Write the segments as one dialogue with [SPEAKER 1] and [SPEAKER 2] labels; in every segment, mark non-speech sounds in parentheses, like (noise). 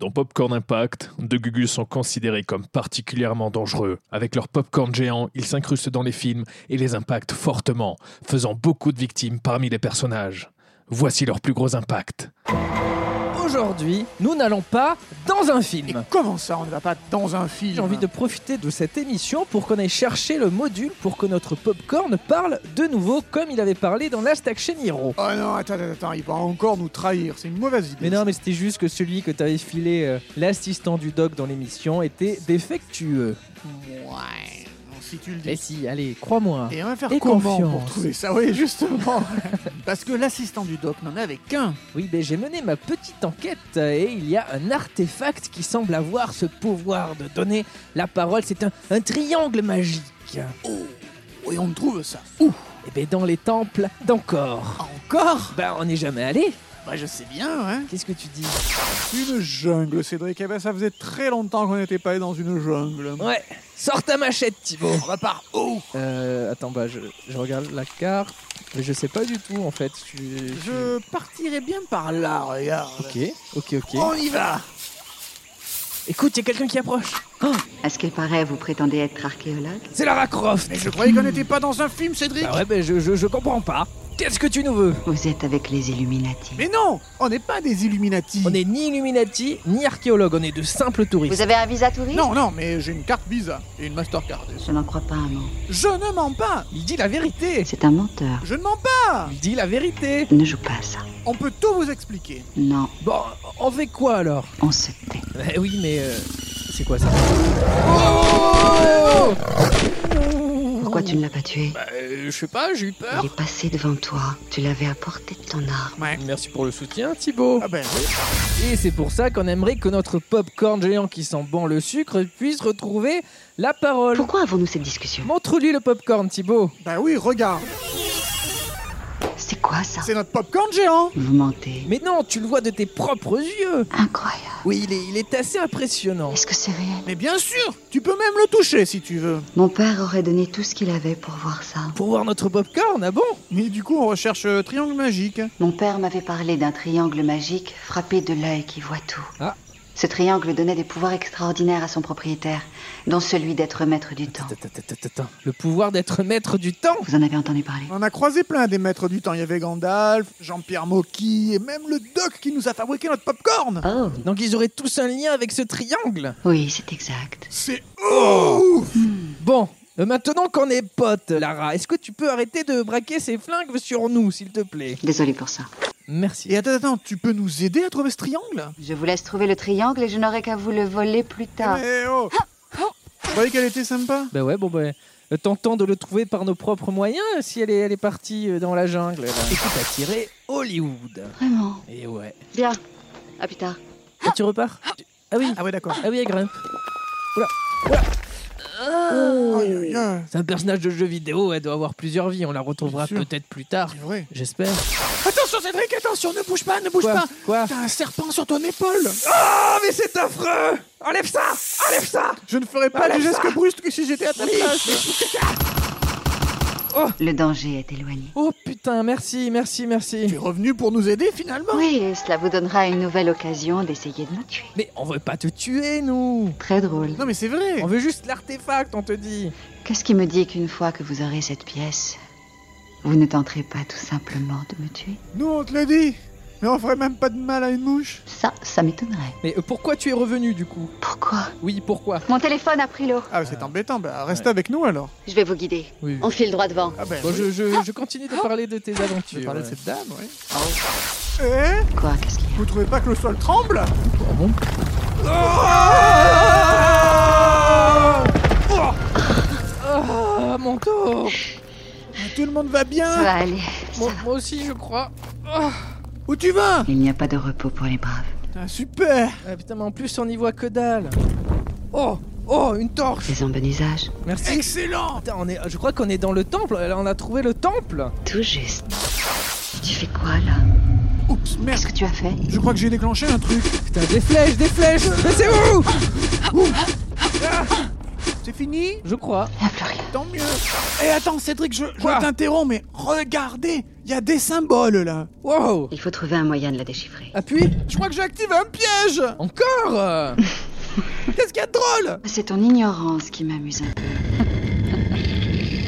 [SPEAKER 1] Dans Popcorn Impact, deux Gugus sont considérés comme particulièrement dangereux. Avec leur popcorn géant, ils s'incrustent dans les films et les impactent fortement, faisant beaucoup de victimes parmi les personnages. Voici leurs plus gros impacts.
[SPEAKER 2] Aujourd'hui, nous n'allons pas dans un
[SPEAKER 3] Et
[SPEAKER 2] film.
[SPEAKER 3] comment ça, on ne va pas dans un film
[SPEAKER 2] Hmm. J'ai envie de profiter de cette émission pour qu'on aille chercher le module pour que notre popcorn parle de nouveau comme il avait parlé dans Last Action Hero.
[SPEAKER 3] Oh non, attends, attends, attends, il va encore nous trahir, c'est une mauvaise idée.
[SPEAKER 2] Mais non, mais c'était juste que celui que t'avais filé, euh, l'assistant du doc dans l'émission, était défectueux.
[SPEAKER 3] Ouais, non, si tu le dis.
[SPEAKER 2] Mais si, allez, crois-moi.
[SPEAKER 3] Et on va faire
[SPEAKER 2] Et
[SPEAKER 3] comment pour
[SPEAKER 2] confiance.
[SPEAKER 3] trouver ça Oui, justement. (laughs) Parce que l'assistant du doc n'en avait qu'un.
[SPEAKER 2] Oui, ben j'ai mené ma petite enquête euh, et il y a un artefact qui semble avoir ce pouvoir de donner la parole. C'est un, un triangle magique.
[SPEAKER 3] Oh, et on trouve ça.
[SPEAKER 2] Et ben dans les temples d'encore.
[SPEAKER 3] Encore
[SPEAKER 2] Ben on n'est jamais allé.
[SPEAKER 3] Bah je sais bien, hein.
[SPEAKER 2] Qu'est-ce que tu dis
[SPEAKER 3] Une jungle, Cédric. Eh ben, ça faisait très longtemps qu'on n'était pas allé dans une jungle.
[SPEAKER 2] Ouais, sors ta machette, Thibaut.
[SPEAKER 3] On repart haut.
[SPEAKER 2] Euh, attends, bah je, je regarde la carte. Mais je sais pas du tout en fait. Je,
[SPEAKER 3] Je partirai bien par là, regarde.
[SPEAKER 2] Ok, ok, ok.
[SPEAKER 3] On y va
[SPEAKER 2] Écoute, y a quelqu'un qui approche. Oh,
[SPEAKER 4] À ce qu'il paraît, vous prétendez être archéologue
[SPEAKER 2] c'est Lara Croft.
[SPEAKER 3] Mais je croyais qu'on n'était pas dans un film, Cédric
[SPEAKER 2] Bah ouais, ben je, je, je comprends pas. Qu'est-ce que tu nous veux
[SPEAKER 4] Vous êtes avec les Illuminati.
[SPEAKER 3] Mais non On n'est pas des Illuminati
[SPEAKER 2] On n'est ni Illuminati, ni archéologue, on est de simples touristes.
[SPEAKER 4] Vous avez un visa touriste
[SPEAKER 3] Non, non, mais j'ai une carte Visa et une Mastercard.
[SPEAKER 4] Je n'en crois pas un mot.
[SPEAKER 3] Je ne mens pas
[SPEAKER 2] Il dit la vérité
[SPEAKER 4] C'est un menteur.
[SPEAKER 3] Je ne mens pas
[SPEAKER 2] Il dit la vérité
[SPEAKER 4] Ne joue pas à ça.
[SPEAKER 3] On peut tout vous expliquer.
[SPEAKER 4] Non,
[SPEAKER 2] Bon, on fait quoi alors
[SPEAKER 4] on se tait.
[SPEAKER 2] Eh oui, mais... euh, c'est quoi ça
[SPEAKER 3] Oh
[SPEAKER 4] Pourquoi tu ne l'as pas tué
[SPEAKER 2] Bah, euh, Je sais pas, j'ai eu peur.
[SPEAKER 4] Il est passé devant toi. Tu l'avais à portée de ton arme.
[SPEAKER 3] Ouais.
[SPEAKER 2] Merci pour le soutien, Thibaut.
[SPEAKER 3] Ah ben oui.
[SPEAKER 2] Et c'est pour ça qu'on aimerait que notre popcorn géant qui sent bon le sucre puisse retrouver la parole.
[SPEAKER 4] Pourquoi avons-nous cette discussion
[SPEAKER 2] Montre-lui le popcorn, Thibaut.
[SPEAKER 3] Bah oui, regarde.
[SPEAKER 4] C'est quoi ça
[SPEAKER 3] C'est notre popcorn géant.
[SPEAKER 4] Vous mentez.
[SPEAKER 2] Mais non, tu le vois de tes propres yeux.
[SPEAKER 4] Incroyable.
[SPEAKER 2] Oui, il est, il est assez impressionnant.
[SPEAKER 4] Est-ce que c'est réel
[SPEAKER 3] Mais bien sûr Tu peux même le toucher si tu veux.
[SPEAKER 4] Mon père aurait donné tout ce qu'il avait pour voir ça.
[SPEAKER 2] Pour voir notre popcorn, ah bon
[SPEAKER 3] Mais du coup, on recherche euh, triangle magique.
[SPEAKER 4] Mon père m'avait parlé d'un triangle magique frappé de l'œil qui voit tout.
[SPEAKER 2] Ah.
[SPEAKER 4] Ce triangle donnait des pouvoirs extraordinaires à son propriétaire, dont celui d'être maître du temps.
[SPEAKER 2] Attends, attends, attends, attends. Le pouvoir d'être maître du temps
[SPEAKER 4] Vous en avez entendu parler
[SPEAKER 3] On en a croisé plein des maîtres du temps. Il y avait Gandalf, Jean-Pierre Mocky et même le doc qui nous a fabriqué notre popcorn.
[SPEAKER 4] Oh
[SPEAKER 2] Donc ils auraient tous un lien avec ce triangle.
[SPEAKER 4] Oui, c'est exact.
[SPEAKER 3] C'est ouf
[SPEAKER 2] Bon, euh, maintenant qu'on est potes, Lara, est-ce que tu peux arrêter de braquer ces flingues sur nous, s'il te plaît
[SPEAKER 4] Désolé pour ça.
[SPEAKER 2] Merci.
[SPEAKER 3] Et attends, attends, tu peux nous aider à trouver ce triangle
[SPEAKER 4] Je vous laisse trouver le triangle et je n'aurai qu'à vous le voler plus tard.
[SPEAKER 3] Eh oh Vous croyez qu'elle était sympa
[SPEAKER 2] Bah ouais, bon bah... euh, Tentons de le trouver par nos propres moyens euh, si elle est, elle est partie euh, dans la jungle. là. Écoute, t'as tiré Hollywood.
[SPEAKER 4] Vraiment
[SPEAKER 2] Et ouais.
[SPEAKER 4] Bien. À plus tard.
[SPEAKER 2] Ah, tu repars Tu- Ah oui,
[SPEAKER 3] Ah ouais, d'accord.
[SPEAKER 2] ah oui, elle grimpe. Oula,
[SPEAKER 3] Oh,
[SPEAKER 2] oula.
[SPEAKER 3] aïe, aïe, aïe,
[SPEAKER 2] C'est un personnage de jeu vidéo, elle doit avoir plusieurs vies, on la retrouvera
[SPEAKER 3] Bien sûr.
[SPEAKER 2] peut-être plus tard.
[SPEAKER 3] c'est vrai.
[SPEAKER 2] J'espère.
[SPEAKER 3] Attention Cédric, attention, ne bouge pas, ne bouge
[SPEAKER 2] Quoi
[SPEAKER 3] pas
[SPEAKER 2] Quoi
[SPEAKER 3] T'as un serpent sur ton épaule
[SPEAKER 2] Ah, mais c'est affreux Enlève ça Enlève ça
[SPEAKER 3] Je ne ferai pas
[SPEAKER 2] Enlève
[SPEAKER 3] les gestes brusques que si j'étais à ta place
[SPEAKER 4] Le danger est éloigné.
[SPEAKER 2] Oh putain, merci, merci,
[SPEAKER 3] Tu
[SPEAKER 2] merci.
[SPEAKER 3] es revenu pour nous aider finalement
[SPEAKER 4] Oui, et cela vous donnera une nouvelle occasion d'essayer de me tuer.
[SPEAKER 2] Mais on veut pas te tuer, nous
[SPEAKER 4] Très drôle.
[SPEAKER 3] Non mais c'est vrai
[SPEAKER 2] On veut juste l'artefact, on te dit
[SPEAKER 4] Qu'est-ce qui me dit qu'une fois que vous aurez cette pièce, vous ne tenterez pas tout simplement de me tuer
[SPEAKER 3] Nous on te le dit Mais on ferait même pas de mal à une mouche
[SPEAKER 4] Ça, ça m'étonnerait.
[SPEAKER 2] Mais euh, pourquoi tu es revenu, du coup
[SPEAKER 4] Pourquoi
[SPEAKER 2] Oui, pourquoi
[SPEAKER 4] Mon téléphone a pris l'eau.
[SPEAKER 3] Ah bah, c'est embêtant, bah reste avec nous alors
[SPEAKER 4] Je vais vous guider.
[SPEAKER 2] Oui, oui.
[SPEAKER 4] On file droit devant.
[SPEAKER 3] Ah bah
[SPEAKER 2] Bon, je, je- je continue de parler de tes
[SPEAKER 3] Tu veux
[SPEAKER 2] aventures.
[SPEAKER 3] parler de
[SPEAKER 2] ouais.
[SPEAKER 3] cette dame, ouais Eh
[SPEAKER 4] Quoi Qu'est-ce qu'il y a
[SPEAKER 3] Vous trouvez pas que le sol tremble
[SPEAKER 2] Ah bon Ah, mon dos
[SPEAKER 3] Mais Ah, Tout le monde va
[SPEAKER 4] Ça
[SPEAKER 3] bien
[SPEAKER 4] va aller. Ça
[SPEAKER 2] moi,
[SPEAKER 4] va.
[SPEAKER 2] moi aussi, je crois.
[SPEAKER 3] Où tu vas
[SPEAKER 4] Il n'y a pas de repos pour les braves.
[SPEAKER 3] Ah, Super
[SPEAKER 2] Ah, putain, mais en plus, on n'y voit que dalle. Oh Oh, une torche
[SPEAKER 4] Ils ont bon usage.
[SPEAKER 2] Merci.
[SPEAKER 3] Excellent
[SPEAKER 2] Putain, on est, je crois qu'on est dans le temple. Là, on a trouvé le temple.
[SPEAKER 4] Tout juste. Tu fais quoi là
[SPEAKER 3] Oups, merde
[SPEAKER 4] Qu'est-ce que tu as fait
[SPEAKER 3] Je crois que j'ai déclenché un truc
[SPEAKER 2] Putain, des flèches, des flèches. Mais c'est où
[SPEAKER 3] C'est fini
[SPEAKER 2] Je crois.
[SPEAKER 4] Il n'y a plus rien.
[SPEAKER 3] Tant mieux. Et Eh, attends, Cédric, je, je
[SPEAKER 2] Quoi
[SPEAKER 3] t'interromps, mais regardez, Il y a des symboles là.
[SPEAKER 2] Wow
[SPEAKER 4] Il faut trouver un moyen de la déchiffrer.
[SPEAKER 2] Appuie
[SPEAKER 3] Je crois que j'ai activé un piège.
[SPEAKER 2] Encore euh.
[SPEAKER 3] Qu'est-ce qu'il y a de drôle
[SPEAKER 4] C'est ton ignorance qui m'amuse un peu.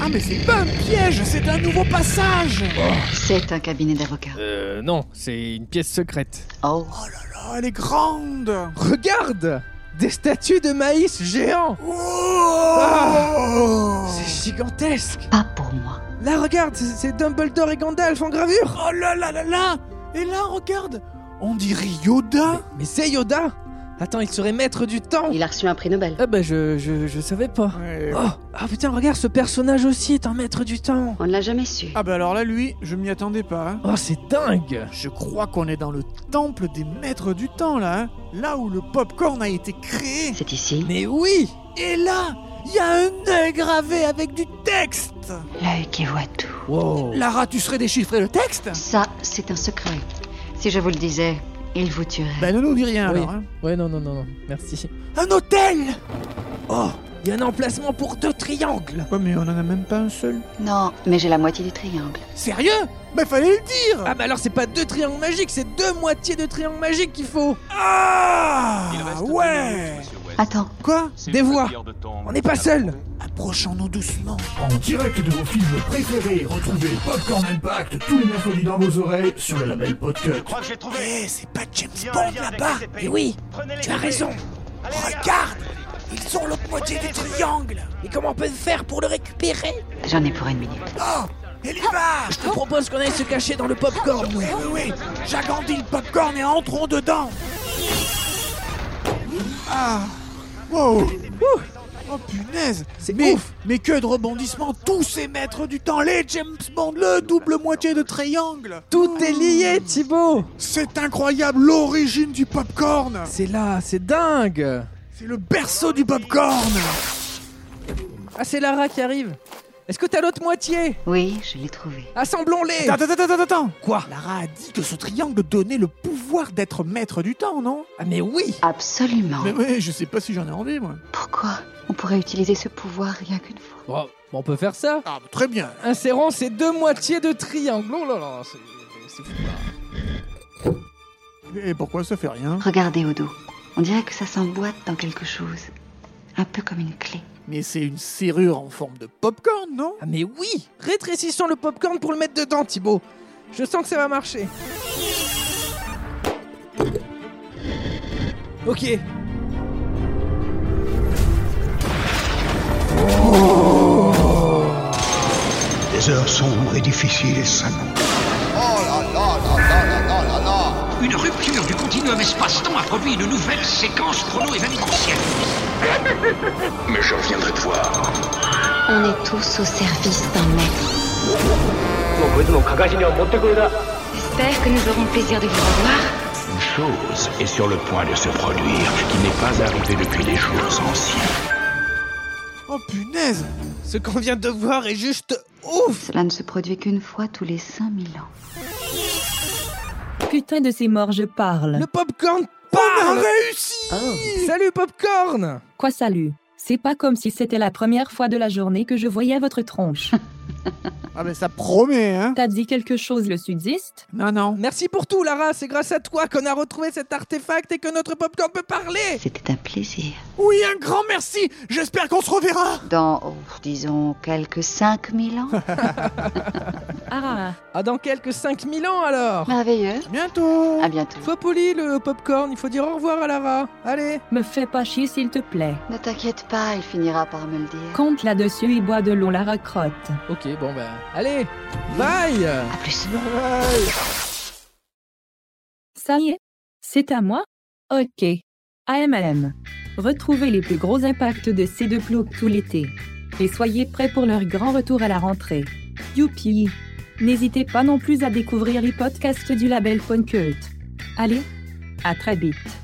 [SPEAKER 3] Ah mais c'est pas un piège, c'est un nouveau passage.
[SPEAKER 4] C'est un cabinet d'avocats.
[SPEAKER 1] Euh, non, c'est une pièce secrète.
[SPEAKER 4] Oh,
[SPEAKER 3] Oh, elle est grande.
[SPEAKER 2] Regarde Des statues de maïs géants
[SPEAKER 3] Oh,
[SPEAKER 2] C'est gigantesque
[SPEAKER 4] pas pour moi.
[SPEAKER 2] Là, regarde, c'est- c'est Dumbledore et Gandalf en gravure
[SPEAKER 3] oh là là là là. Et là regarde, on dirait Yoda.
[SPEAKER 2] Mais c'est Yoda Attends, il serait maître du temps
[SPEAKER 4] Il a reçu un prix Nobel.
[SPEAKER 2] Ah bah je, je, je savais pas.
[SPEAKER 3] Ouais.
[SPEAKER 2] Oh, ah putain, regarde, ce personnage aussi est un maître du temps
[SPEAKER 4] On ne l'a jamais su.
[SPEAKER 3] Ah bah alors là lui, je m'y attendais pas. hein.
[SPEAKER 2] Oh, c'est dingue
[SPEAKER 3] Je crois qu'on est dans le temple des maîtres du temps là, hein. là où le popcorn a été créé.
[SPEAKER 4] C'est ici.
[SPEAKER 2] Mais oui
[SPEAKER 3] Et là, il y a un œil gravé avec du texte.
[SPEAKER 4] L'œil qui voit tout.
[SPEAKER 2] Wow
[SPEAKER 3] Lara, tu serais déchiffré le texte
[SPEAKER 4] Ça, c'est un secret. Si je vous le disais, il vous tuerait.
[SPEAKER 5] Ben,
[SPEAKER 3] Bah ne nous dis rien
[SPEAKER 2] Oui.
[SPEAKER 3] alors. hein.
[SPEAKER 2] Ouais, non, non, non, non, merci.
[SPEAKER 3] Un hôtel
[SPEAKER 2] Oh Il y a un emplacement pour deux triangles
[SPEAKER 3] Ouais, mais on en a même pas un seul.
[SPEAKER 4] Non, mais j'ai la moitié du triangle.
[SPEAKER 3] Sérieux Bah fallait le dire
[SPEAKER 2] Ah bah alors c'est pas deux triangles magiques, c'est deux moitiés de triangles magiques qu'il faut
[SPEAKER 3] Ah Ouais
[SPEAKER 4] Attends,
[SPEAKER 3] Quoi
[SPEAKER 2] Ah, Des voix. On n'est pas seul.
[SPEAKER 3] Approchons-nous doucement.
[SPEAKER 5] En direct de vos films préférés, retrouvez Popcorn Impact tous les mercredis dans vos oreilles sur le label Podcut.
[SPEAKER 6] Je crois que j'ai trouvé.
[SPEAKER 3] Eh, c'est pas James
[SPEAKER 6] Il y a un
[SPEAKER 3] Bond
[SPEAKER 6] lien avec
[SPEAKER 3] là-bas
[SPEAKER 6] les épées.
[SPEAKER 2] Eh oui
[SPEAKER 6] Prenez les
[SPEAKER 2] Tu as
[SPEAKER 6] épées.
[SPEAKER 2] raison
[SPEAKER 6] Allez, les gars.
[SPEAKER 3] Regarde Ils ont l'autre moitié du triangle
[SPEAKER 2] Mais comment on peut faire pour le récupérer
[SPEAKER 4] j'en ai pour une minute.
[SPEAKER 3] Oh Elle y va
[SPEAKER 2] Je te propose qu'on aille se cacher dans le popcorn
[SPEAKER 3] Oui, oui, oui J'agrandis le popcorn et entrons dedans Ah Wow Ouh. Oh punaise
[SPEAKER 2] C'est
[SPEAKER 3] mais,
[SPEAKER 2] ouf.
[SPEAKER 3] mais que de rebondissements Tous ces maîtres du temps Les James Bond, le double moitié de triangle
[SPEAKER 2] Tout est lié, Thibaut
[SPEAKER 3] C'est incroyable l'origine du popcorn
[SPEAKER 2] C'est là, c'est dingue
[SPEAKER 3] C'est le berceau du popcorn
[SPEAKER 2] Ah, c'est Lara qui arrive Est-ce que t'as l'autre moitié
[SPEAKER 4] Oui, je l'ai trouvé.
[SPEAKER 2] Assemblons-les
[SPEAKER 3] Eh, Attends, attends, attends, attends
[SPEAKER 2] Quoi
[SPEAKER 3] Lara a dit que ce triangle donnait le pouvoir d'être maître du temps, non
[SPEAKER 2] Ah mais oui
[SPEAKER 4] Absolument.
[SPEAKER 3] Mais ouais, je sais pas si j'en ai envie, moi.
[SPEAKER 4] Pourquoi On pourrait utiliser ce pouvoir rien qu'une fois.
[SPEAKER 2] Bon, on peut faire ça
[SPEAKER 3] Ah, bah, très bien.
[SPEAKER 2] Insérons ces deux moitiés de triangle Oh là là, c'est c'est fou là.
[SPEAKER 3] Et pourquoi ça fait rien
[SPEAKER 4] Regardez au dos. On dirait que ça s'emboîte dans quelque chose. Un peu comme une clé.
[SPEAKER 3] Mais c'est une serrure en forme de popcorn, non
[SPEAKER 2] Ah mais oui Rétrécissons le popcorn pour le mettre dedans, Thibaut Je sens que ça va marcher Ok,
[SPEAKER 7] Les heures sombres et difficiles s'annoncent.
[SPEAKER 8] Une rupture du continuum espace-temps a produit une nouvelle séquence chrono-événementielle.
[SPEAKER 7] Mais je reviendrai te voir.
[SPEAKER 4] On est tous au service d'un maître. J'espère que nous aurons le plaisir de vous revoir.
[SPEAKER 7] Une chose est sur le point de se produire qui n'est pas arrivée depuis les jours anciens.
[SPEAKER 3] Oh punaise
[SPEAKER 2] ce qu'on vient de voir est juste ouf
[SPEAKER 4] Cela ne se produit qu'une fois tous les 5000 ans.
[SPEAKER 9] Putain de ces morts, je parle.
[SPEAKER 2] Le popcorn
[SPEAKER 3] On a
[SPEAKER 2] parle
[SPEAKER 3] réussi
[SPEAKER 2] Salut popcorn
[SPEAKER 9] Quoi, salut C'est pas comme si c'était la première fois de la journée que je voyais votre tronche.
[SPEAKER 3] Ah, mais ça promet, hein
[SPEAKER 9] T'as dit quelque chose, le sudiste
[SPEAKER 3] Non, non.
[SPEAKER 2] Merci pour tout Lara, c'est grâce à toi qu'on a retrouvé cet artefact et que notre popcorn peut parler
[SPEAKER 4] C'était un plaisir.
[SPEAKER 3] Oui, un grand merci J'espère qu'on se reverra
[SPEAKER 4] Dans, oh, disons, quelques 5000 ans.
[SPEAKER 9] Ah,
[SPEAKER 2] Ah dans quelques 5000 ans alors
[SPEAKER 4] Merveilleux.
[SPEAKER 3] Bientôt
[SPEAKER 4] À bientôt.
[SPEAKER 2] Sois poli le popcorn, il faut dire au revoir à Lara. Allez
[SPEAKER 9] me fais pas chier, s'il te plaît.
[SPEAKER 4] Ne t'inquiète pas, il finira par me le dire.
[SPEAKER 9] Compte là-dessus et bois de l'eau la recrotte.
[SPEAKER 2] Ok, bon bah, allez Bye (laughs)
[SPEAKER 4] À plus.
[SPEAKER 9] Ça y est C'est à moi Ok. AMM. Retrouvez les plus gros impacts de ces deux plots tout l'été. Et soyez prêts pour leur grand retour à la rentrée. Youpi N'hésitez pas non plus à découvrir les podcasts du label Cult. Allez, à très vite